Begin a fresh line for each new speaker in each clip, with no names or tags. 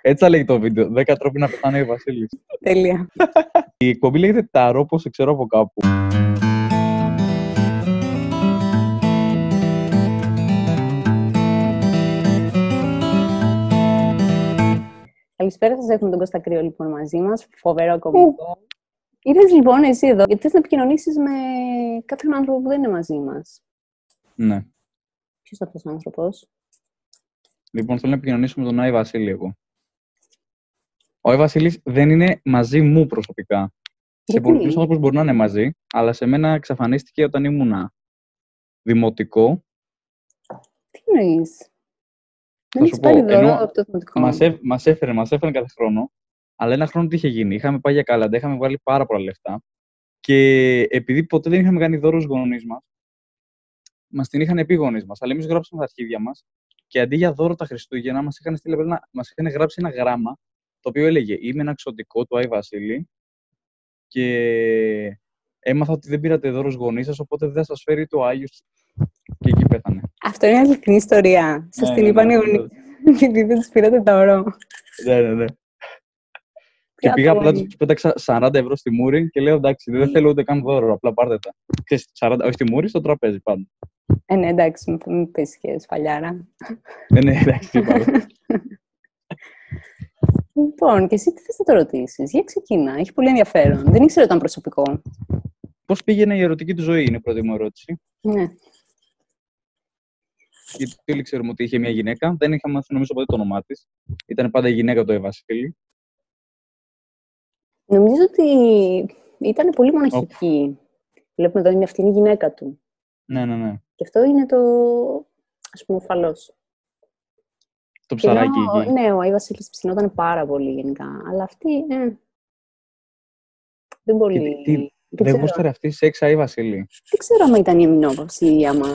Έτσι θα λέγει το βίντεο. 10 τρόποι να πεθάνει ο Βασίλης.
Τέλεια.
Η εκπομπή λέγεται Ταρό, όπως ξέρω από κάπου.
Καλησπέρα σας. Έχουμε τον Κώστα Κρύο λοιπόν μαζί μας. Φοβερό κομμάτι. Ήρθε λοιπόν εσύ εδώ γιατί θες να επικοινωνήσεις με κάποιον άνθρωπο που δεν είναι μαζί μας.
Ναι.
Ποιος είναι αυτός ο άνθρωπος.
Λοιπόν, θέλω να επικοινωνήσω με τον Άι Βασίλη εγώ. Ο Άι Βασίλη δεν είναι μαζί μου προσωπικά. Σε
Γιατί?
πολλούς ανθρώπους μπορεί να είναι μαζί, αλλά σε μένα εξαφανίστηκε όταν ήμουνα δημοτικό.
Τι εννοείς. Δεν
σου
έχει
πω,
πάρει δώρο
ενώ
από το εθνικό.
Μα έφερε, μας έφερε κάθε χρόνο. Αλλά ένα χρόνο τι είχε γίνει. Είχαμε πάει για κάλαντα, είχαμε βάλει πάρα πολλά λεφτά. Και επειδή ποτέ δεν είχαμε κάνει δώρο στους γονείς μας, μας την είχαν πει γονείς μας. Αλλά εμείς γράψαμε τα αρχίδια μας και αντί για δώρο τα Χριστούγεννα, μας είχαν, στείλει απλά ένα- μας είχαν γράψει ένα γράμμα το οποίο έλεγε Είμαι ένα εξωτικό του Άι Βασίλη και έμαθα ότι δεν πήρατε δώρος γονείς σας, οπότε δεν θα σας φέρει το Άγιο. Και εκεί πέθανε.
Αυτό είναι μια αληθινή ιστορία. Σας
Ναι,
την
ναι,
είπαν
ναι,
οι
ναι.
γονείς. Επειδή δεν τους πήρατε τα ωρό.
Ναι, ναι, ναι. Και
Ποια
πήγα απλά,
τρέλη.
τους πέταξα 40 ευρώ στη μούρη και λέω εντάξει,
Ναι.
δεν θέλω ούτε καν δώρο, απλά πάρτε τα. Ξέρεις, 40, όχι στη μούρη, στο τραπέζι πάντα.
Ε, ναι, εντάξει, μην- μην πει και σφαλιάρα.
Ναι, ναι, εντάξει, τίποτα.
Λοιπόν, και εσύ τι θες να το ρωτήσεις. Για ξεκινά. Έχει πολύ ενδιαφέρον. Δεν ήξερα ότι ήταν προσωπικό.
Πώς πήγαινε η ερωτική του ζωή, είναι η πρώτη μου ερώτηση.
Ναι.
Γιατί όλοι ξέρουμε ότι είχε μια γυναίκα, δεν είχα μάθει νομίζω ποτέ το όνομά της. Ήταν πάντα η γυναίκα του Εβασίλη.
Νομίζω ότι ήταν πολύ μοναχική. Βλέπουμε εδώ είναι αυτή είναι η γυναίκα του.
Ναι, ναι, ναι.
Και αυτό είναι το. Ας πούμε, οφαλό.
Το ψαράκι εκεί.
Ναι, ο Άι Βασίλης ψινόταν πάρα πολύ γενικά. Αλλά αυτή. Ε, δεν πολύ.
τι-
δεν,
Δεν
ξέρω.
γούσταρε αυτή σεξ Άι Βασίλη.
δεν ξέρω άμα ήταν η αμυνόπαυση ή άμα.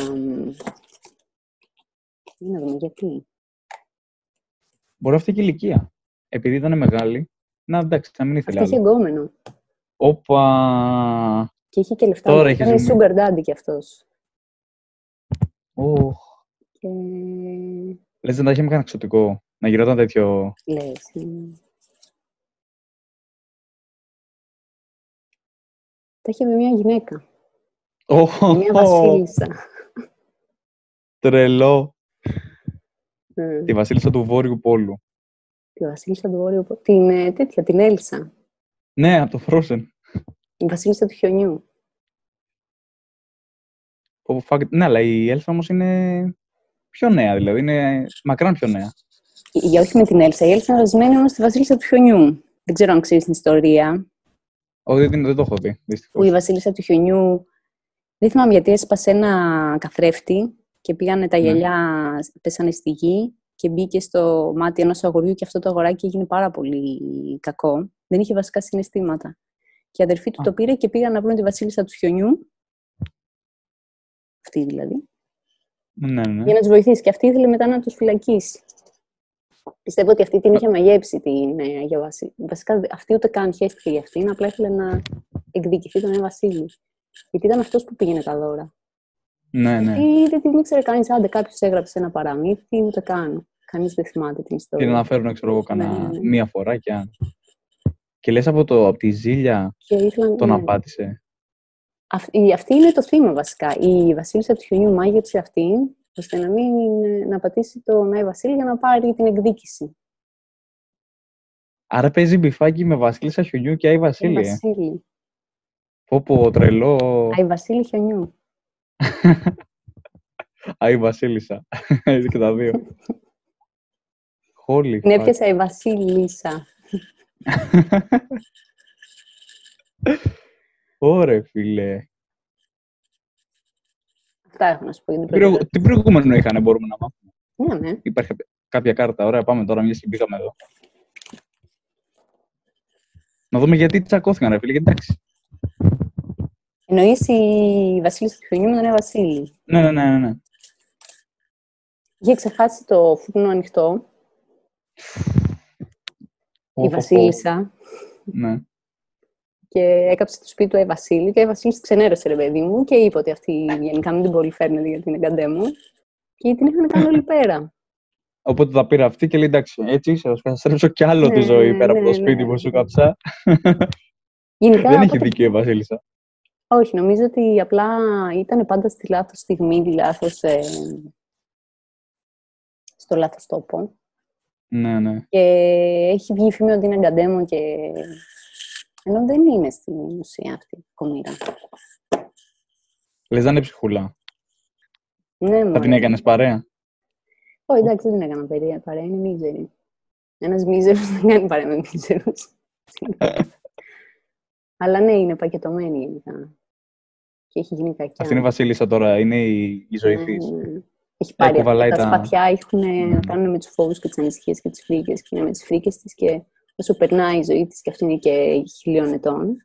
Για να δούμε γιατί.
Μπορεί αυτή και η ηλικία. Επειδή ήταν μεγάλη, να εντάξει, να μην ήθελε
Αυτή είχε
άλλο.
εγκόμενο.
Όπα.
Και είχε και λεφτά.
Τώρα
ήταν
έχεις
sugar daddy κι αυτός.
Οχ.
Και...
Λες να τα είχε με κανένα εξωτικό. Να γινόταν τέτοιο
Λες, ναι. Τα είχε με μια γυναίκα.
Ω,
με μια
ω,
βασίλισσα.
Τρελό.
Ε,
Τη βασίλισσα του Βόρειου Πόλου.
Τη βασίλισσα του Βόρειου. Πο- Την ε, τέτοια, την Έλσα.
Ναι, από το Frozen.
Η βασίλισσα του χιονιού.
Πω, πω, fuck. Ναι, αλλά η Έλφα όμως είναι πιο νέα, δηλαδή. Είναι μακράν πιο νέα.
Η- Για όχι με την Έλσα. Η Έλσα είναι βασισμένη όμως στη βασίλισσα του χιονιού. Δεν ξέρω αν ξέρεις την ιστορία.
Όχι, δεν, την- δεν το έχω δει. Δυστυχώς.
Που η βασίλισσα του χιονιού. Δεν θυμάμαι γιατί έσπασε ένα καθρέφτη και πήγανε τα
Ναι.
γυαλιά, πέσανε στη γη και μπήκε στο μάτι ενός αγοριού και αυτό το αγοράκι έγινε πάρα πολύ κακό. Δεν είχε βασικά συναισθήματα. Και η αδερφή του
Α.
το πήρε και πήγαν να βρουν τη βασίλισσα του χιονιού. Αυτή δηλαδή.
Ναι, ναι.
Για να τους βοηθήσει. Και αυτή ήθελε μετά να τους φυλακίσει. Πιστεύω ότι αυτή την είχε μαγέψει την ε, Αγία Βασίλη. Βασικά δε- αυτή ούτε καν χαίστηκε για αυτήν, απλά ήθελε να εκδικηθεί τον Αγία Βασίλη. Γιατί ήταν αυτός που πήγαινε τα δώρα.
ναι, ναι.
Ή δεν την ήξερε κανείς. Άντε, κάποιος έγραψε ένα παραμύθι, ούτε καν. Κανείς δεν θυμάται την ιστορία.
Την αναφέρουν, ξέρω εγώ,
Ναι,
κανένα
ναι.
μία φορά και αν. Και λες από, το, από τη ζήλια
Και ήθελαν,
τον
ναι.
απάτησε.
Αυ- η- αυτή είναι το θύμα βασικά. Η Βασίλισσα του χιονιού μάγεψε αυτήν, ώστε να μην ε, να πατήσει τον Άι Βασίλη για να πάρει την εκδίκηση.
Άρα παίζει μπιφάκι με Βασίλισσα Χιονιού και Άι
Άι
Βασίλη. ε.
Βασίλη.
Πω, πω, τρελό.
Άι Βασίλη χιονιού.
Άι Βασίλισσα. Έτσι και τα δύο. Holy
Την
fuck.
έπιασα η Βασίλισσα.
Ωρε, φίλε.
Αυτά έχω να σου πω για την
Την προηγου-
πρώτη.
Την προηγούμενο είχαν, μπορούμε να μάθουμε.
Ναι, ναι.
Υπάρχει κάποια κάρτα. Ωραία, πάμε τώρα, μια και μπήκαμε εδώ. Να δούμε γιατί τσακώθηκαν, ρε φίλε. γιατί Εντάξει.
Εννοείς η Βασίλισσα του χιονιού με τον Νέα Βασίλη.
Ναι, ναι, ναι, ναι, ναι.
Είχε ξεχάσει το φούρνο ανοιχτό,
Πω, πω,
η
πω.
Βασίλισσα,
Ναι.
και έκαψε το σπίτι του Άι Βασίλη. Και ο Άι Βασίλη ξενέρωσε, ρε παιδί μου, και είπε ότι αυτή γενικά μην την πολύ φέρνετε γιατί είναι καντέ μου. Και την είχαν κάνει όλη πέρα.
Οπότε τα πήρα αυτή και λέει εντάξει, έτσι είσαι, θα σου καταστρέψω κι άλλο
Ναι,
τη ζωή πέρα
ναι,
από το
ναι,
σπίτι
ναι.
που σου κάψα.
Γενικά,
Δεν
από
έχει
το-
δίκιο η Βασίλισσα.
Όχι, νομίζω ότι απλά ήταν πάντα στη λάθος στιγμή, λάθος, ε, στο λάθος τόπο.
Ναι, ναι.
Και έχει βγει η φήμη ότι είναι αγκαντέμο και... Ενώ δεν είναι στην ουσία αυτή η κομμήρα.
Λε να είναι ψυχούλα.
Ναι,
Θα
μωρέ.
την έκανες παρέα.
Ω, εντάξει, δεν την έκανα παρέα, παρέα είναι μίζερη. Ένας μίζερος δεν κάνει παρέα με μίζερους. Αλλά ναι, είναι πακετωμένη γενικά. Και έχει γίνει κακιά.
Αυτή είναι η Βασίλισσα τώρα, είναι η, η ζωή
Ναι,
της.
ναι. Έχει πάρει αυτά
κουβαλάει
τα,
τα-
σπαθιά, έχουν
Ναι.
να κάνουν με τους φόβους και τις ανησυχίες και τις φρίκες και είναι με τις φρίκες της. Και όσο περνάει η ζωή της, και αυτή είναι και χιλίων ετών,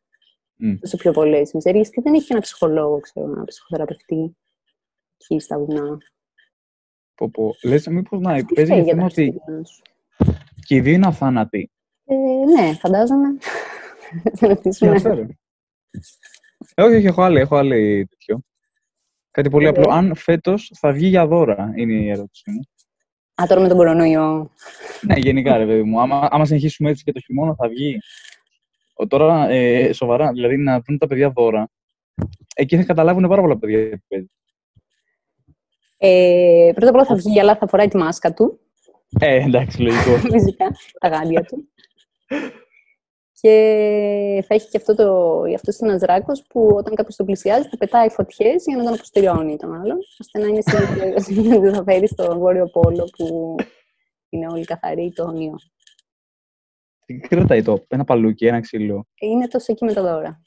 Μμ.
τόσο πιο πολλές μιζέρειε και δεν έχει και ένα ψυχολόγο, ξέρω, ένα ψυχοθεραπευτή εκεί στα βουνά.
Πω, πω. Λες μήπως να
Τι
παίζει το
φταίει για
θέμα
τα
ότι
χριστιανά σου.
και οι δύο είναι αθάνατοι.
Ε, ναι, φαντάζομαι. θα ρωτήσουμε.
Τι να φέρω. Ε, όχι, όχι, έχω άλλη, έχω άλλη τέτοιο. Κάτι πολύ
Ε.
απλό. Αν φέτος θα βγει για δώρα, είναι η ερώτησή μου.
Α, τώρα με τον κορονοϊό.
ναι, γενικά ρε παιδί μου. Άμα, άμα συνεχίσουμε έτσι και το χειμώνα θα βγει. Ο, τώρα ε, σοβαρά, δηλαδή να δουν τα παιδιά δώρα. Εκεί θα καταλάβουν πάρα πολλά παιδιά. τι παίζει.
Ε, πρώτα απ' όλα θα βγει, αλλά θα φοράει τη μάσκα του.
Ε, εντάξει, λογικό.
φυσικά, τα γάντια του. και θα έχει και αυτό το, αυτό είναι ένας ράκος που όταν κάποιος τον πλησιάζει θα πετάει φωτιές για να τον αποστηριώνει τον άλλον, ώστε να είναι σίγουρο ότι δεν θα φέρει στο βόρειο πόλο που είναι όλοι καθαροί το όνειρο.
Τι κρατάει το, ένα παλούκι, ένα ξύλο.
Είναι τόσο εκεί με τα δώρα.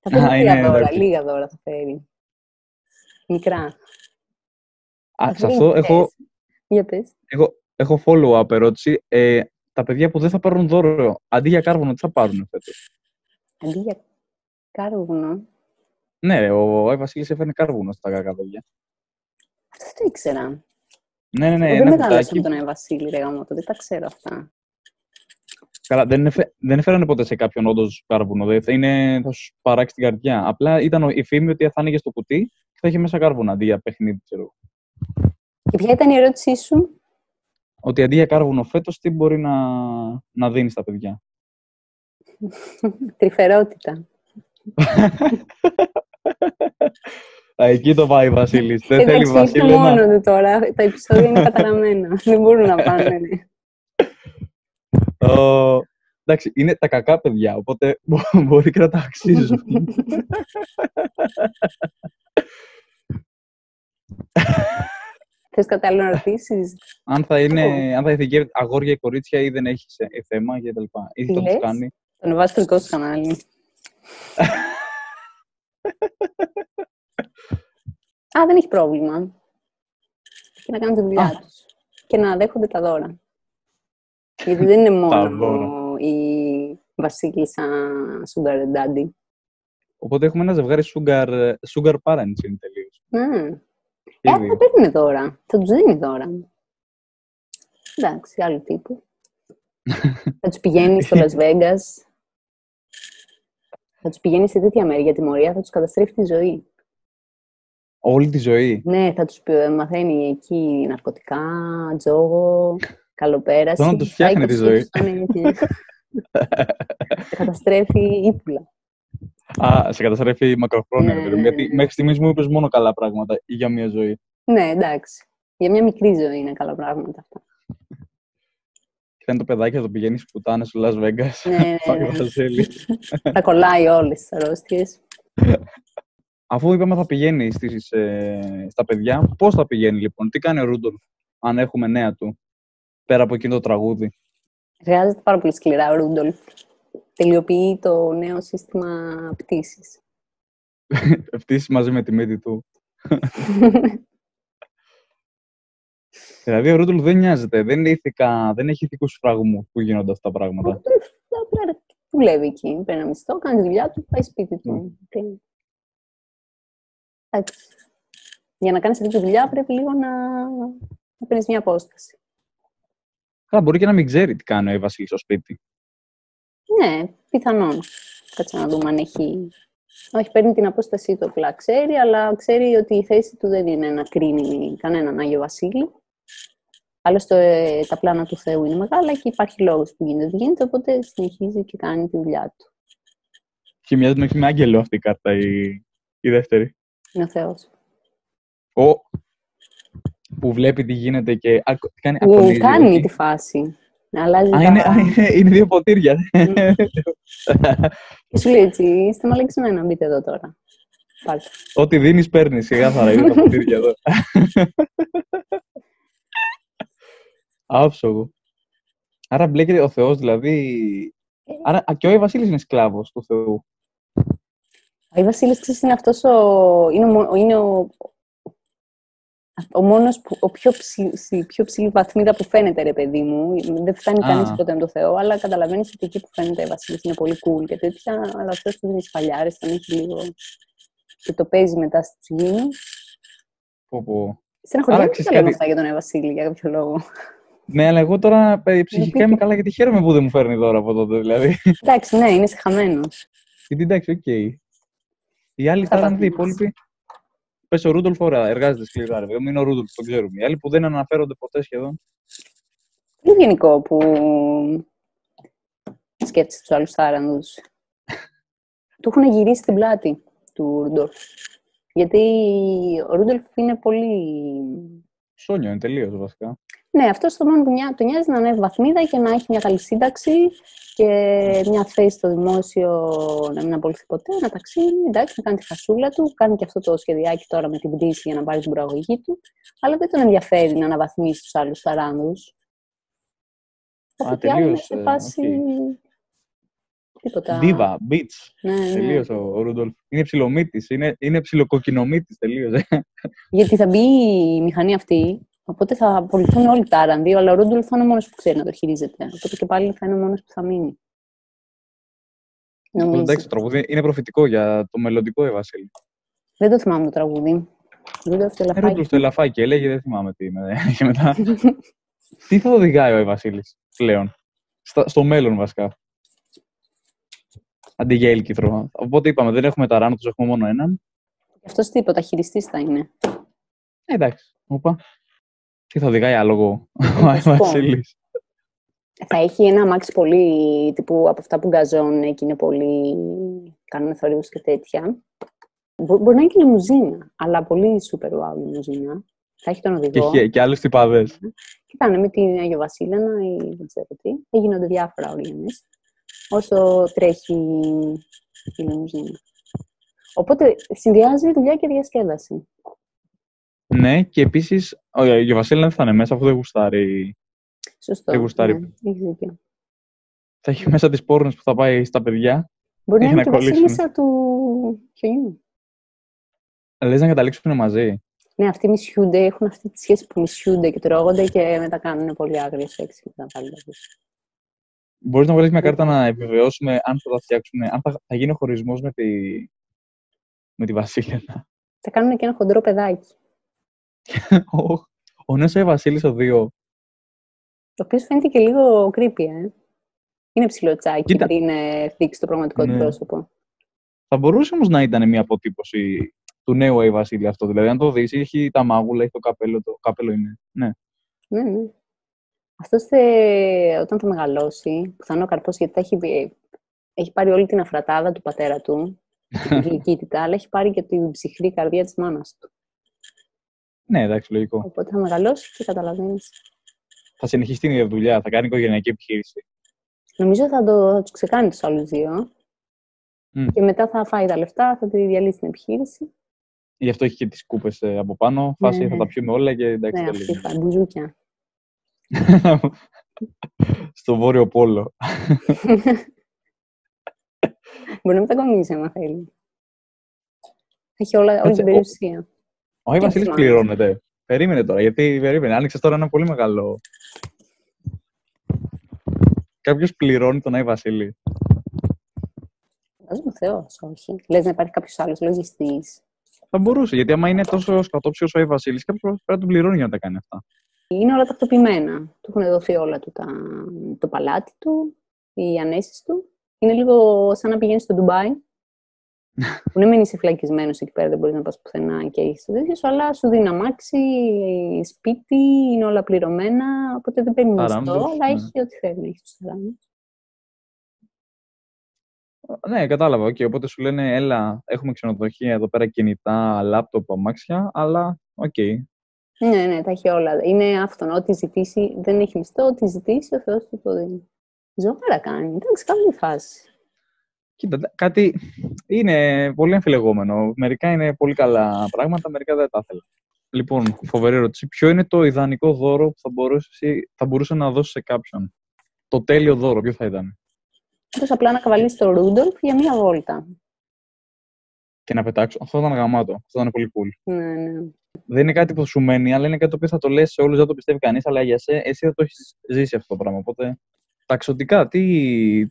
Θα
Α,
φέρει λίγα
είναι,
δώρα,
εντάξει.
λίγα δώρα θα φέρει. Μικρά.
Α, σε
Θα φέρει
αυτό
μικρές.
έχω,
Για πες.
έχω, έχω follow-up ερώτηση. Ε, τα παιδιά που δεν θα πάρουν δώρο, αντί για κάρβονο, τι θα πάρουν φέτος.
Αντί για κάρβουνο,
Ναι, ρε, ο Άι Βασίλης έφερνε κάρβουνο στα κακά παιδιά.
αυτό δεν το ήξερα.
Ναι, ναι, ναι,
δεν
ένα
μεγάλωσα
κουτάκι.
με τον Άι Βασίλη, ρε γαμώτο, δεν τα ξέρω αυτά.
Καλά, δεν, εφε, δεν έφερανε ποτέ σε κάποιον όντως κάρβουνο. Δε, θα, είναι, θα σου παράξει την καρδιά. Απλά ήταν ο- η φήμη ότι θα άνοιγες στο κουτί και θα είχε μέσα κάρβουνα αντί για παιχνίδι, ξέρω εγώ.
Και ποια ήταν η ερώτησή σου,
Ότι αντί για κάρβουνο φέτος, τι μπορεί να, να δίνεις στα παιδιά.
Τρυφερότητα.
Α, εκεί το πάει η Βασίλης. Δεν θέλει
Εντάξει, ήρθε
Βασίλη να.
μόνος του τώρα. Τα επεισόδια είναι καταραμένα. Δεν μπορούν να πάνε. ναι.
Ω, εντάξει, είναι τα κακά παιδιά, οπότε μπο- μπορεί και να τα αξίζουν.
Θες κάτι άλλο να ρωτήσεις.
αν θα είναι αν θα ηθικεύει αγόρια ή κορίτσια ή δεν έχει σε- ε, θέμα κτλ. Ή
Τι
θα
λες?
του κάνει.
Θα ανεβάσει το δικό σου κανάλι. Α, δεν έχει πρόβλημα. Και να κάνουν τη δουλειά
Α.
τους. Και να δέχονται τα δώρα. Γιατί δεν είναι μόνο
δώρα.
η βασίλισσα Sugar Daddy.
Οπότε έχουμε ένα ζευγάρι sugar, sugar parents είναι τελείως.
Ναι. Ε, άρα θα παίρνει δώρα. Θα τους δίνει δώρα. Εντάξει, άλλου τύπου. θα τους πηγαίνει στο Las Vegas. θα τους πηγαίνει σε τέτοια μέρη για τιμωρία, θα τους καταστρέφει τη ζωή.
Όλη τη ζωή.
Ναι, θα τους μαθαίνει εκεί ναρκωτικά, τζόγο, καλοπέραση.
Θέλω να τους φτιάχνει τη ζωή.
Θα καταστρέφει ύπουλα.
Α, σε καταστρέφει μακροχρόνια. ρε
Ναι, ναι,
παιδί μου,
ναι,
Γιατί
ναι.
μέχρι στιγμής μου είπες μόνο καλά πράγματα ή για μια ζωή.
Ναι, εντάξει. Για μια μικρή ζωή είναι καλά πράγματα αυτά.
Και ήταν το παιδάκι, θα το πηγαίνεις πουτάνες στο Las Vegas.
Ναι, ναι,
Πάει
ναι.
Βασίλη.
θα κολλάει όλες τις αρρώστιες.
Αφού είπαμε θα πηγαίνει στις, ε, στα παιδιά, πώς θα πηγαίνει λοιπόν, τι κάνει ο Ρούντολφ, αν έχουμε νέα του, πέρα από εκείνο το τραγούδι.
Εργάζεται πάρα πολύ σκληρά ο Ρούντολφ. Τελειοποιεί το νέο σύστημα πτήσης.
Ευτύσει μαζί με τη μύτη του. Δηλαδή ο Ρούντολφ δεν νοιάζεται, δεν, είναι ηθικά, δεν έχει ηθικούς φραγμούς που γίνονται αυτά τα πράγματα.
Απλά δουλεύει εκεί. Παίρνει ένα μισθό, κάνει τη δουλειά του, πάει σπίτι του. Τι. Εντάξει. Για να κάνεις αυτή τη δουλειά πρέπει λίγο να, να παίρνεις μια απόσταση.
Καλά, μπορεί και να μην ξέρει τι κάνει ο Βασίλης στο σπίτι.
Ναι, πιθανόν. Κάτσε να δούμε αν έχει. Όχι, παίρνει την απόστασή του απλά. Ξέρει, αλλά ξέρει ότι η θέση του δεν είναι να κρίνει κανέναν Άγιο Βασίλη. Άλλωστε ε, τα πλάνα του Θεού είναι μεγάλα και υπάρχει λόγος που γίνεται. Δεν γίνεται, οπότε συνεχίζει και κάνει τη δουλειά του.
Και μοιάζει με άγγελο αυτή η κάρτα, η, η δεύτερη.
Είναι ο Θεός.
Ο που βλέπει τι γίνεται και αρκο- κάνει
Μου
ακονίζει,
κάνει
όχι.
τη φάση. Να αλλάζει.
Α,
τα-
είναι, α, είναι, είναι δύο ποτήρια.
Και σου λέει έτσι, είστε μαλακισμένα, μπείτε εδώ τώρα. Πάλι.
Ό,τι δίνεις παίρνεις, σιγά θα είναι τα ποτήρια εδώ. Άψογο. Άρα μπλέκεται ο Θεός, δηλαδή... Άρα α, και ο Βασίλης είναι σκλάβος του Θεού.
Ο Βασίλης ξέρεις είναι αυτός ο. Είναι ο, μο- είναι ο, ο μόνος που, ο πιο, ψη, στη πιο ψηλή βαθμίδα που φαίνεται, ρε παιδί μου. Δεν φτάνει
Α.
κανείς ποτέ με το Θεό, αλλά καταλαβαίνεις ότι εκεί που φαίνεται ο Βασίλη είναι πολύ cool και τέτοια. Αλλά αυτός που δίνει σφαλιάρες, τον έχει λίγο. και το παίζει μετά στη ψυγίνη.
Πω, πω.
Στεναχωριέμαι
Άρα,
που
ξέρεις
τα λέμε
κάτι.
αυτά για τον Αϊ Βασίλη, για κάποιο λόγο.
Ναι, αλλά εγώ τώρα ε, ψυχικά είμαι καλά γιατί χαίρομαι που δεν μου φέρνει δώρα από τότε, δηλαδή.
Εντάξει, ναι, είναι χαμένο.
Γιατί εντάξει, οκ. Οι άλλοι
Θα
τώρα είναι
βαθμίσει.
οι υπόλοιποι. Πες ο Ρούντολφ, ωραία, εργάζεται σκληρά. Ρε. παιδί μου, Είναι ο Ρούντολφ, το ξέρουμε. Οι άλλοι που δεν αναφέρονται ποτέ σχεδόν.
Πολύ γενικό που σκέφτεσαι τους άλλους θάρανδου. του έχουν γυρίσει την πλάτη του Ρούντολφ. Γιατί ο Ρούντολφ είναι πολύ.
Σόνιο είναι τελείως βασικά.
Ναι, αυτό το μόνο που νιά- το νοιάζει είναι να ανέβει βαθμίδα και να έχει μια καλή σύνταξη και μια θέση στο δημόσιο να μην απολυθεί ποτέ, να ταξίδι, εντάξει, να κάνει τη φασούλα του, κάνει και αυτό το σχεδιάκι τώρα με την πτήση για να πάρει την προαγωγή του, αλλά δεν τον ενδιαφέρει να αναβαθμίσει τους άλλους ταράνδους. Οπότε οι άλλοι είναι
τελείως,
σε
ε,
φάση... Τίποτα.
Ντίβα, μπιτ.
Ναι, ναι.
Τελείω ο, ο Ρούντολφ. Είναι ψιλομύτη, είναι, είναι ψιλοκοκκινομύτη τελείω.
Ναι, Γιατί θα μπει η μηχανή αυτή, οπότε θα απολυθούν όλοι τα τάρανδοι, αλλά ο Ρούντολφ θα είναι ο μόνος που ξέρει να το χειρίζεται. Οπότε και πάλι θα είναι ο μόνος που θα μείνει. Νομίζω.
Εντάξει, το τραγούδι είναι προφητικό για το μελλοντικό ε, Ευασίλη.
Δεν το θυμάμαι το τραγούδι. Ρούντολφ το
Ε, Ρούντολφ το ελαφάκι, έλεγε, δεν θυμάμαι τι είναι. Και μετά. τι θα οδηγάει ο Ευασίλη πλέον. Στα- στο μέλλον βασικά. Αντί για έλκυθρο. Οπότε είπαμε, δεν έχουμε ταράνοτους, έχουμε μόνο έναν.
Αυτός τίποτα, χειριστής θα είναι.
Ε, εντάξει. Όπα. Τι θα οδηγάει άλογο ο Ε
θα σου πω.
Βασίλης.
Θα έχει ένα αμάξι πολύ τύπου από αυτά που γκαζώνουν και είναι πολύ. κάνουν θορύβους και τέτοια. Μπο- μπορεί να είναι και λιμουζίνα, αλλά πολύ super wow λιμουζίνα. Θα έχει τον
Και,
οδηγό.
χε- και άλλους τυπάδες.
Και ήταν με την Άγιο Βασίλενα ή δεν ξέρω τι. Θα γίνονται διάφορα όλοι εμείς, όσο τρέχει η λιμουζίνα. Οπότε συνδυάζει δουλειά και διασκέδαση.
Ναι, και επίσης ο Γιώργο Βασίλη δεν θα είναι μέσα αφού δεν γουστάρει.
Σωστό.
Δεν γουστάρει.
Ναι, έχεις δίκιο.
Θα έχει μέσα τις πόρνες που θα πάει στα παιδιά.
Μπορεί να
Για να
είναι και η
κολλήσουμε.
βασίλισσα του χιονιού.
Λες να καταλήξουν μαζί.
Ναι, αυτοί μισιούνται, έχουν αυτή τη σχέση που μισιούνται και τρώγονται και μετά κάνουν πολύ άγρια σεξ και τα πάλι μαζί.
Μπορείς να βγάλεις μια κάρτα να επιβεβαιώσουμε αν θα τα φτιάξουν, αν θα, θα γίνει ο χωρισμός με τη, με τη Βασίλενα.
Θα κάνουν και ένα χοντρό παιδάκι.
ο ο νέος Βασίλης ο 2.
Το οποίο φαίνεται και λίγο creepy, ε. Είναι ψηλοτσάκι
Κοίτα.
πριν ε, δείξει το πραγματικό του
Ναι.
πρόσωπο.
Θα μπορούσε όμως να ήταν μια αποτύπωση του νέου Αϊ Βασίλη αυτό. Δηλαδή, αν το δεις, έχει τα μάγουλα, έχει το καπέλο. Το καπέλο είναι. Ναι.
Ναι, ναι. Αυτό όταν θα μεγαλώσει, που θα είναι ο καρπός, γιατί θα έχει, ε, έχει πάρει όλη την αφρατάδα του πατέρα του, την γλυκύτητα, αλλά έχει πάρει και την ψυχρή καρδιά της μάνας του.
Ναι, εντάξει, λογικό.
Οπότε θα μεγαλώσει και καταλαβαίνεις.
Θα συνεχίσει την ίδια δουλειά, θα κάνει οικογενειακή επιχείρηση.
Νομίζω θα, το, θα τους ξεκάνει τους άλλους δύο.
Μμ.
Και μετά θα φάει τα λεφτά, θα τη διαλύσει την επιχείρηση.
Γι' αυτό έχει και τις κούπες από πάνω. Φάση
Ναι,
θα
ναι.
τα πιούμε όλα και εντάξει.
Ναι,
τα
αυτή
λέμε.
φάει μπουζούκια.
Στο βόρειο πόλο.
Μπορεί να μετακομίσει άμα θέλει. Έχει όλα, όλη
Κάτσε,
την
ο-
περιουσία.
Ο Άι
Τι
Βασίλης
θυμάμαι.
πληρώνεται. Περίμενε τώρα, γιατί περίμενε. Άνοιξες τώρα ένα πολύ μεγάλο. Κάποιος πληρώνει τον Άι Βασίλη.
Φαντάζομαι ο Θεός, όχι. Λες να υπάρχει κάποιος άλλος λογιστής.
Θα μπορούσε, γιατί άμα είναι τόσο σκατόψιος ο Άι Βασίλης, κάποιος πρέπει να τον πληρώνει για να τα κάνει αυτά.
Είναι όλα τακτοποιημένα. Του έχουν δοθεί όλα του τα, το παλάτι του, οι ανέσεις του. Είναι λίγο σαν να πηγαίνεις στο Ντουμπάι που ναι, μεν είσαι φυλακισμένος εκεί πέρα, δεν μπορείς να πας πουθενά και έχεις το τέτοιο, αλλά σου δίνει αμάξι, σπίτι, είναι όλα πληρωμένα. Οπότε δεν παίρνει μισθό,
Ταράμβες,
αλλά
ναι.
έχει ό,τι θέλει να έχεις τους ταράμβε.
Ναι, κατάλαβα. οκ. Οπότε σου λένε, έλα, έχουμε ξενοδοχεία εδώ πέρα, κινητά, λάπτοπ, αμάξια, αλλά οκ.
Ναι, ναι, τα έχει όλα. Είναι αυτόν. Ό,τι ζητήσει, δεν έχει μισθό, ό,τι ζητήσει, ο Θεός του το δίνει. Ζωάρα κάνει. Εντάξει, καλή φάση.
Κοίτα, τα- κάτι είναι πολύ αμφιλεγόμενο. Μερικά είναι πολύ καλά πράγματα, μερικά δεν τα ήθελα. Λοιπόν, φοβερή ερώτηση. Ποιο είναι το ιδανικό δώρο που θα μπορούσε, εσύ- θα μπορούσε να δώσει σε κάποιον. Το τέλειο δώρο, ποιο θα ήταν.
Όπω απλά να καβαλήσεις το Ρούντολφ για μία βόλτα.
Και να πετάξω. Αυτό θα ήταν γαμάτο. Αυτό θα ήταν πολύ cool.
Ναι, ναι.
δεν είναι κάτι που σου μένει, αλλά είναι κάτι το οποίο θα το λες σε όλους, δεν το πιστεύει κανείς, αλλά για σε, εσύ θα το έχεις ζήσει αυτό το πράγμα. Οπότε, ταξιωτικά, τι,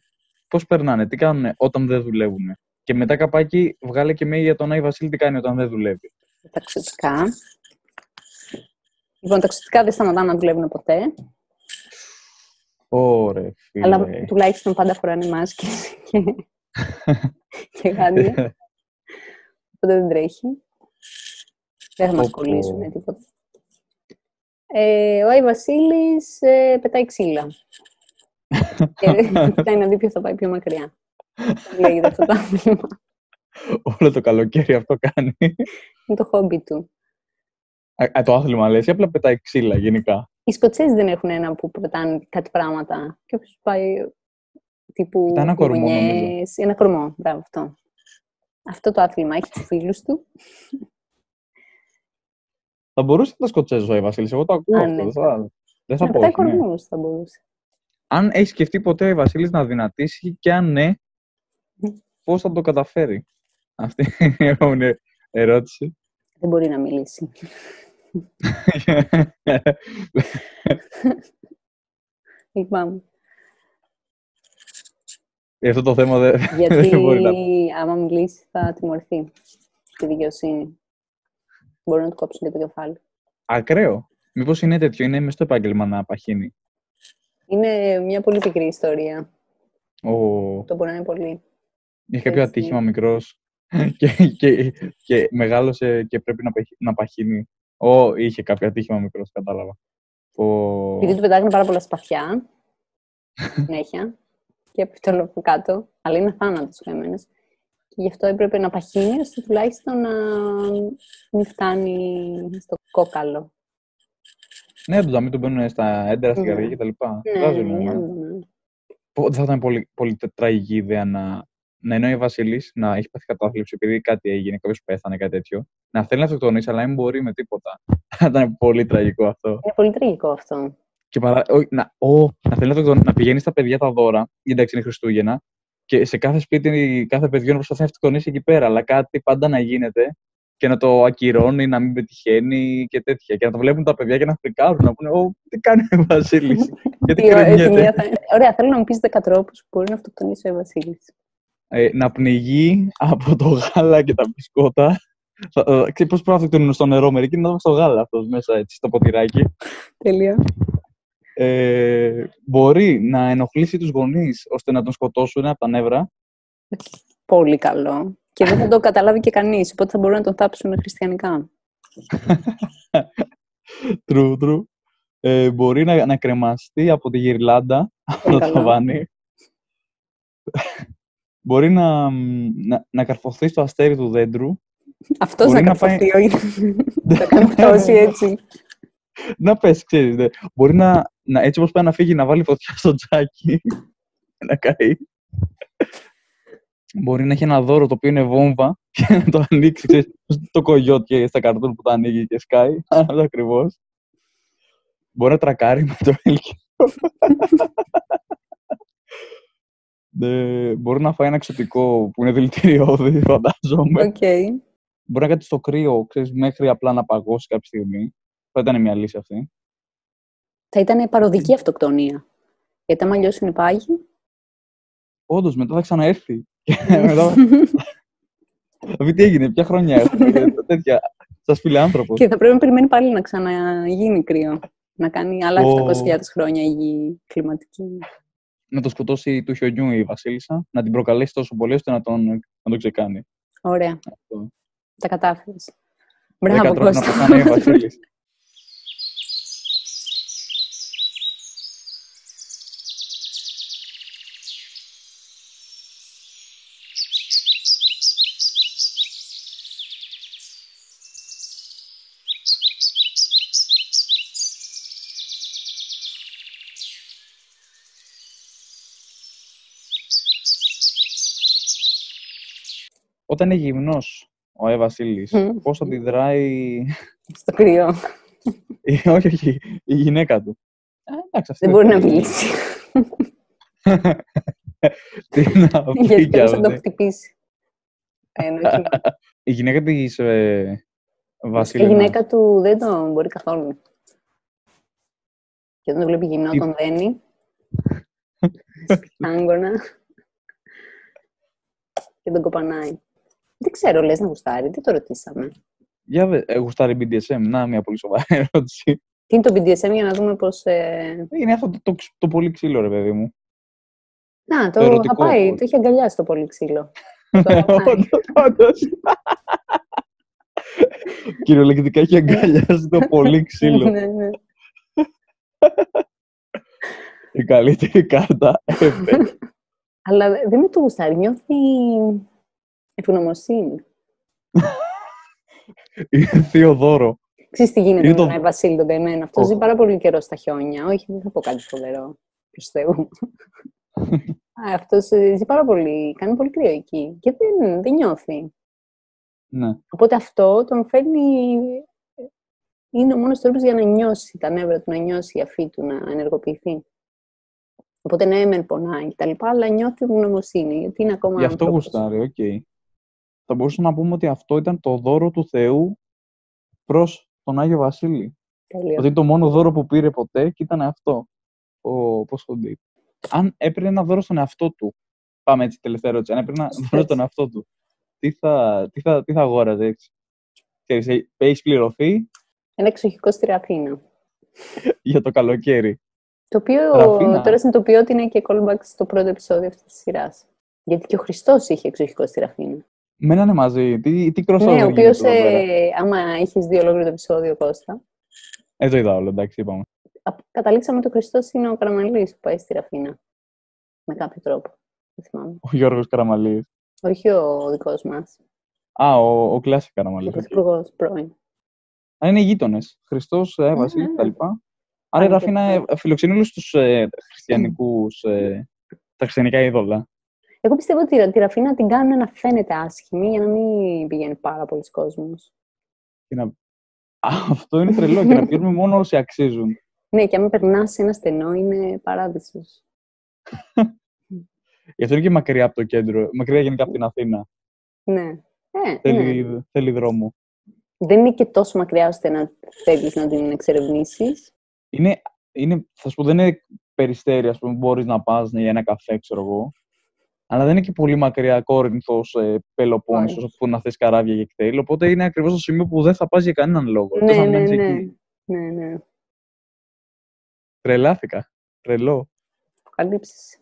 πώς περνάνε, τι κάνουν όταν δεν δουλεύουν. Και μετά καπάκι, βγάλε και μία για τον Άι Βασίλη τι κάνει όταν δεν δουλεύει.
ταξιδιωτικά. Λοιπόν, ταξιδιωτικά δεν σταματάνε να δουλεύουν ποτέ,
Ωρε, φίλε.
αλλά τουλάχιστον πάντα φοράνε μάσκες και, και γάντια, οπότε δεν τρέχει. Δεν θα
Πω, πω.
μας κολλήσουν ναι, τίποτα. Ε, ο Άι Βασίλης ε, πετάει ξύλα. και κοιτάει να δει ποιος θα πάει πιο μακριά. Λέγεται αυτό το άθλημα.
Όλο το καλοκαίρι αυτό κάνει.
Είναι το χόμπι του.
Α, α, το άθλημα λες ή απλά πετάει ξύλα γενικά.
Οι Σκοτσέζοι δεν έχουν ένα που πετάνε κάτι πράγματα. Και όποιος πάει τύπου
Πετάνε ένα κορμό,
φιγουνιές-
νομίζω.
Ένα κορμό, μπράβο αυτό. Αυτό το άθλημα έχει τους φίλους του.
Θα μπορούσε να τα σκοτσέζω, Άι Βασίλης. Εγώ το ακούω
Α,
αυτό.
ναι.
Δεν θα, δεν θα
να
πω.
πετάει
όχι, ναι.
κορμούς θα μπορούσε.
Αν έχει σκεφτεί ποτέ ο Βασίλη να δυνατήσει και αν ναι, πώς θα το καταφέρει. Αυτή είναι η επόμενη ερώτηση.
Δεν μπορεί να μιλήσει. Λυπάμαι.
Γι' αυτό το θέμα δεν.
Γιατί
μπορεί να
άμα μιλήσει θα τιμωρηθεί στη δικαιοσύνη. Μπορεί να του κόψουν και το κεφάλι.
Ακραίο. Μήπως είναι τέτοιο, είναι μες στο επάγγελμα να απαχύνει.
Είναι μια πολύ πικρή ιστορία.
Ο...
Το μπορεί να είναι πολύ.
Είχε κάποιο
έτσι.
ατύχημα μικρός και, και, και μεγάλωσε και πρέπει να, παχύ- να παχύνει. Ω, είχε κάποιο ατύχημα μικρός, κατάλαβα. Ο...
Επειδή του πετάγανε πάρα πολλά σπαθιά, συνέχεια, και από το λόγο κάτω, αλλά είναι θάνατος καημένο. Και γι' αυτό έπρεπε να παχύνει, ώστε τουλάχιστον να μην φτάνει στο κόκαλο.
Ναι, το να μην του μπαίνουν στα έντερα, στην
Ναι.
καρδιά κτλ.
Ναι,
Βγάζουν,
ναι,
ναι.
ναι.
Πω, Δεν θα ήταν πολύ, πολύ τε- τραγική ιδέα να, να εννοεί ο Βασιλή να έχει πάθει κατάθλιψη επειδή κάτι έγινε, κάποιος πέθανε, κάτι τέτοιο. Να θέλει να αυτοκτονήσει, αλλά να μην μπορεί με τίποτα. Θα ήταν πολύ τραγικό αυτό.
Είναι πολύ τραγικό αυτό.
Και παρά, ό, να, ο, να θέλει να, αυτοκτονήσει, να πηγαίνει στα παιδιά τα δώρα, εντάξει είναι Χριστούγεννα, και σε κάθε σπίτι, κάθε παιδιό να προσπαθεί να αυτοκτονήσει εκεί πέρα. Αλλά κάτι πάντα να γίνεται και να το ακυρώνει, να μην πετυχαίνει και τέτοια. Και να το βλέπουν τα παιδιά και να φρικάρουν, να πούνε Ω, τι κάνει ο Βασίλης. Γιατί
Τι ω- ε, τη
κρεμιέται.
μία θα είναι- Ωραία, θέλω να μου πεις 10 τρόπου που μπορεί να αυτοκτονήσει ο Βασίλης.
ε, να πνιγεί από το γάλα και τα μπισκότα. Θα- ε, Ξέρεις πώς πρέπει να αυτοκτονούν στο νερό μερικοί, να δώσουν στο γάλα αυτός μέσα έτσι, στο ποτηράκι.
Τέλεια.
Ε, μπορεί να ενοχλήσει τους γονείς ώστε να τον σκοτώσουν από τα νεύρα.
Πολύ καλό. Και δεν θα το καταλάβει και κανείς, οπότε θα μπορούν να τον θάψουν χριστιανικά.
True, true. Ε, μπορεί να, να κρεμαστεί από τη γυρλάντα, από
Πολύ
το
καλό.
ταβάνι. μπορεί να, μ, να, να καρφωθεί στο αστέρι του δέντρου.
Αυτός να
Μπορεί να πάει-
καρφωθεί, όχι. Θα κάνει πτώση έτσι.
να πέσει, ξέρεις. ναι. Μπορεί να, να έτσι όπως πάει να φύγει, να βάλει φωτιά στο τζάκι. να καεί. Μπορεί να έχει ένα δώρο το οποίο είναι βόμβα και να το ανοίξει. Ξέρεις, το κογιότ και στα καρτούν που τα ανοίγει και σκάει. Αυτό ακριβώς. Μπορεί να τρακάρει με το έλκυο. Ε, μπορεί να φάει ένα εξωτικό που είναι δηλητηριώδη, φαντάζομαι.
Οκ.
Μπορεί να κάτι στο κρύο, ξέρεις, μέχρι απλά να παγώσει κάποια στιγμή. Θα ήταν μια λύση αυτή.
Θα ήταν
Ε.
παροδική αυτοκτονία. Γιατί άμα λιώσουν οι πάγοι.
Όντως, μετά θα ξαναέρθει. Και μετά θα πει τι έγινε, ποια χρόνια έχουμε. και τέτοια. Σα φίλε άνθρωπος.
και θα πρέπει να περιμένει πάλι να ξαναγίνει κρύο. Να κάνει άλλα
Ω.
700.000 χρόνια η γη κλιματική.
Να το σκοτώσει του χιονιού η Βασίλισσα, να την προκαλέσει τόσο πολύ ώστε να τον, να τον ξεκάνει.
Ωραία.
Αυτό.
Τα κατάφερες.
Δέκα
Μπράβο,
τρόποι να
Κώστα.
πεθάνει ο Βασίλης. Όταν είναι γυμνός ο Άι Βασίλης,
Μμμ.
πώς αντιδράει
Στο κρύο.
η- όχι, όχι, η γυναίκα του. Α, εντάξει, αυτή
Δεν μπορεί να
θέλει.
μιλήσει.
Τι να πει
Γιατί
κι
θέλει να
αυτή.
τον χτυπήσει. Ε, εννοείται.
Η γυναίκα της ε,
Η
Βασίλη.
γυναίκα του δεν τον μπορεί καθόλου. Και όταν τον βλέπει γυμνό,
Τι-
τον δένει. Άγκονα. Και τον κοπανάει. Δεν ξέρω, λες να γουστάρει. Τι το ρωτήσαμε.
Για δε, ε, γουστάρει BDSM. Να, μια πολύ σοβαρή ερώτηση.
Τι είναι το BDSM για να δούμε πώς... ε,
Είναι αυτό το, το, ξ- το πολύ ξύλο, ρε παιδί μου.
Να, το
Ερωτικό
θα πάει.
πολύ.
Το έχει αγκαλιάσει το πολύ ξύλο. Το αγαπάει.
Ε, Όντως. Κυριολεκτικά έχει αγκαλιάσει το πολύ ξύλο.
Ναι, ναι.
Η καλύτερη κάρτα ε, ever.
Αλλά δε- δεν είναι το γουστάρι, νιώθει ευγνωμοσύνη.
Είναι θείο δώρο.
Ξέρεις τι γίνεται
Είναι
με
το-
τον Άι Βασίλη τον καημένο. Αυτός
Οχ.
ζει πάρα πολύ καιρό στα χιόνια. Όχι, δεν θα πω κάτι φοβερό. Προς Θεού. Α, αυτός ε, ζει πάρα πολύ, κάνει πολύ κρύο εκεί και δεν, δεν νιώθει.
Ναι.
Οπότε αυτό τον φέρνει... ε, Είναι ο μόνος τρόπος για να νιώσει τα νεύρα του, να νιώσει η αφή του, να ενεργοποιηθεί. Οπότε ναι, μεν πονάει και τα λοιπά, αλλά νιώθει γνωμοσύνη, γιατί είναι ακόμα
Γι' αυτό
άνθρωπος.
γουστάρει, οκ. Θα μπορούσαμε να πούμε ότι αυτό ήταν το δώρο του Θεού προς τον Άγιο Βασίλη.
Τέλειο.
Ότι είναι το μόνο δώρο που πήρε ποτέ και ήταν αυτό. Ο, πώς το λέει. Αν έπαιρνε ένα δώρο στον εαυτό του. Πάμε έτσι, τελευταία ερώτηση. Αν έπαιρνε ένα
Έτσι.
δώρο στον εαυτό του. Τι θα, τι θα, τι θα αγόραζε έτσι. Ξέρεις, ε, έχεις πληρωθεί
Ένα εξοχικό στη Αθήνα.
για το καλοκαίρι.
Το οποίο
Ραφίνα.
τώρα συνειδητοποιώ ότι είναι και callback στο πρώτο επεισόδιο αυτής της σειράς. Γιατί και ο Χριστός είχε εξοχικό στη Ραφίνα.
Μένανε μαζί. Τι, τι crossover
Ναι, ο
γίνεται
οποίος,
εδώ πέρα.
άμα είχε δει ολόκληρο το επεισόδιο, Κώστα,
Ε, το είδα όλο, εντάξει, είπαμε.
α- καταλήξαμε ότι ο Χριστός είναι ο Καραμαλής που πάει στη Ραφίνα. Με κάποιο τρόπο. Δεν θυμάμαι.
Ο Γιώργος Καραμαλής.
Όχι ο δικός μας.
Α, ο, ο Κλάσης
Ο
Καραμαλής. οκ.
πρωθυπουργό πρώην.
Αν είναι γείτονες. Χριστός, ε,
Ναι,
Βασίλη
ναι,
κτλ.
ναι.
Άρα η
Άρα
Ραφίνα ε,
και-
φιλοξενεί όλους τους ε, χριστιανικούς. Ε, τα χριστιανικά είδωλα.
Εγώ πιστεύω ότι τη- τη Ραφίνα την κάνουν να φαίνεται άσχημη για να μην πηγαίνει πάρα πολλοί κόσμος.
Και να... Α, αυτό είναι τρελό και να πηγαίνουμε μόνο όσοι αξίζουν.
Ναι, και άμα περνάς σε ένα στενό, είναι παράδεισος.
Γι' αυτό είναι και μακριά από το κέντρο, μακριά γενικά από την Αθήνα.
Ναι. Ε, ναι.
Θέλει, θέλει δρόμο.
δεν είναι και τόσο μακριά ώστε να θέλεις να την εξερευνήσεις.
Είναι, είναι, θα σου πω, δεν είναι περιστέρι, ας πούμε, μπορείς να πας για ένα καφέ, ξέρω εγώ. Αλλά δεν είναι και πολύ μακριά Κόρινθο, ε, Πελοπόννησος, όπου να θες καράβια για κτέλ. Οπότε είναι ακριβώς το σημείο που δεν θα πας για κανέναν λόγο. Θες
Ναι,
να
ναι,
μείνεις
ναι.
εκεί.
ναι, ναι.
Τρελάθηκα. Τρελό.
Αποκαλύψεις.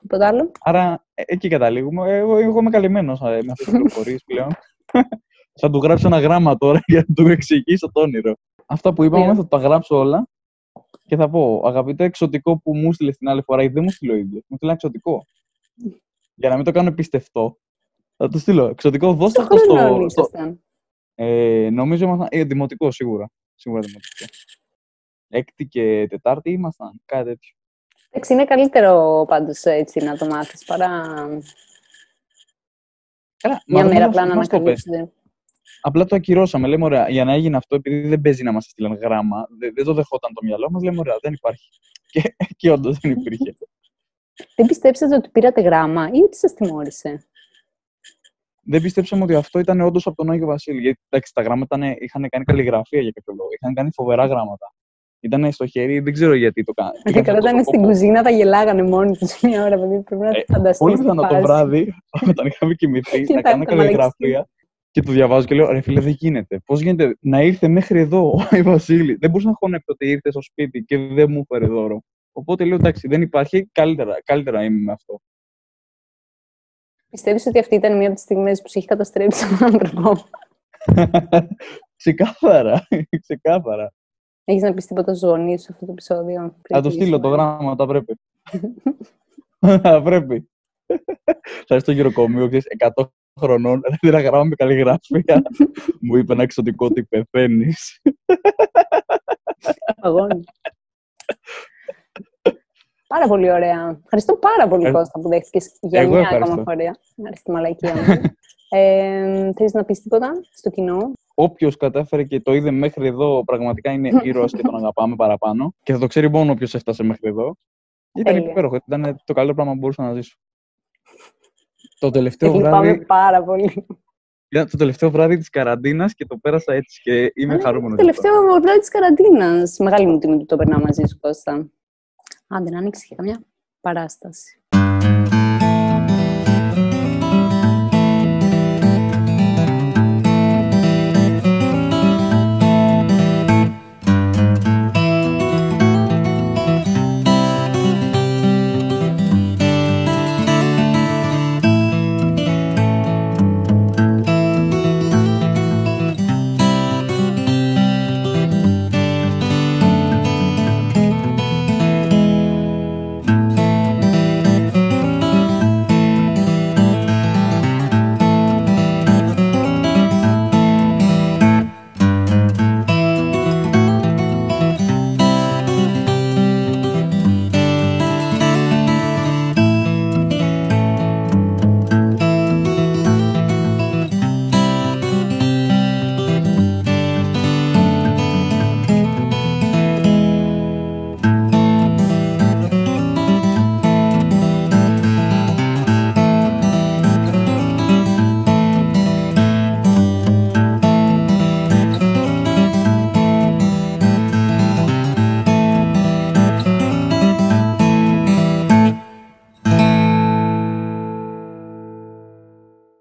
Τίποτα άλλο.
Άρα ε, εκεί καταλήγουμε. Εγώ, εγώ είμαι καλυμμένος με αυτέ τι πληροφορίε πλέον. θα του γράψω ένα γράμμα τώρα για να του εξηγήσω το όνειρο. Αυτά που είπαμε
Ναι.
θα τα γράψω όλα και θα πω αγαπητέ εξωτικό που μου στείλε την άλλη φορά, γιατί δεν μου στείλε ο ίδιος. Μου στείλε ένα εξωτικό. Για να μην το κάνω πιστευτό, θα του στείλω. Εξωτικό, δώστε
Στο
αυτό
χρόνο
στο.
όλοι
στο-
ήσασταν.
Ε, νομίζω ήμασταν. Ε, δημοτικό σίγουρα. Σίγουρα δημοτικό. Έκτη και Τετάρτη ήμασταν. Κάτι τέτοιο.
Εντάξει, είναι καλύτερο πάντως έτσι να το μάθεις παρά
Καλά,
μια
μα
μέρα
δεν
απλά να
μας το πες.
ανακαλύψεις.
Απλά το ακυρώσαμε. Λέμε, ωραία, για να έγινε αυτό, επειδή δεν παίζει να μας στείλαν γράμμα, δε- δεν το δεχόταν το μυαλό μας, λέμε, ωραία, δεν υπάρχει. Και, και όντως δεν υπήρχε.
Δεν πιστέψατε ότι πήρατε γράμμα ή ότι σας τιμώρησε.
Ε, δεν πιστέψαμε ότι αυτό ήταν όντως από τον Άγιο Βασίλη. Γιατί εντάξει, τα γράμματα ήταν- είχαν κάνει καλλιγραφία για κάποιο λόγο. Είχαν κάνει φοβερά γράμματα. Ήταν στο χέρι, δεν ξέρω γιατί το κάνανε.
Και Κατά Ε, ήταν στην κουζίνα τα γελάγανε μόνοι τους μια ώρα, παιδί πρέπει να
Ε,
το φανταστεί.
Πολύ πιθανό το βράδυ, όταν είχαμε κοιμηθεί,
Και
να
τα
κάνω
είχαμε
καλλιγραφία. Και το διαβάζω και λέω: Ρε φίλε, δεν γίνεται. Πώς γίνεται να ήρθε μέχρι εδώ ο Άι Βασίλη. Δεν μπορούσα να χωνέψω ότι ήρθε στο σπίτι και δεν μου έφερε δώρο. Οπότε λέω: Εντάξει, δεν υπάρχει. Καλύτερα, καλύτερα είμαι με αυτό.
Πιστεύεις ότι αυτή ήταν μία από τις στιγμές που σε έχει καταστρέψει τον άνθρωπο.
ξεκάθαρα. ξεκάθαρα.
Έχεις να πεις τίποτα ζωονίου σε αυτό το επεισόδιο. πριν
Θα του στείλω το
κλείσουμε?
γράμμα, τα πρέπει. Τα πρέπει. Θα είσαι στο γυροκομείο, ξέρεις, 100 χρονών, δηλαδή δεν ένα γράμμα με καλυγραφία. Μου είπε ένα εξωτικό ότι πεθαίνεις.
Αγώνι. Πάρα πολύ ωραία. Ευχαριστώ πάρα πολύ,
Ε,
Κώστα, που δέχτηκες για
εγώ
μια
ευχαριστώ.
ακόμα φορά. Άρα στη μαλακία μου. ε, θες να πεις τίποτα στο κοινό.
Όποιος κατάφερε και το είδε μέχρι εδώ, πραγματικά είναι ήρωας και τον αγαπάμε παραπάνω. Και θα το ξέρει μόνο όποιος έφτασε μέχρι εδώ. Ήταν
Τέλεια.
υπέροχο. Ήταν το καλύτερο πράγμα που μπορούσα να ζήσω. Το τελευταίο
Λυπάμαι
βράδυ,
πάρα πολύ.
ήταν το τελευταίο βράδυ της καραντίνας και το πέρασα έτσι και είμαι
Αλλά
χαρούμενος.
Το τελευταίο βράδυ της καραντίνας. Μεγάλη μου τιμή που το περνάω μαζί σου, Κώστα. Άντε να ανοίξεις και καμιά παράσταση.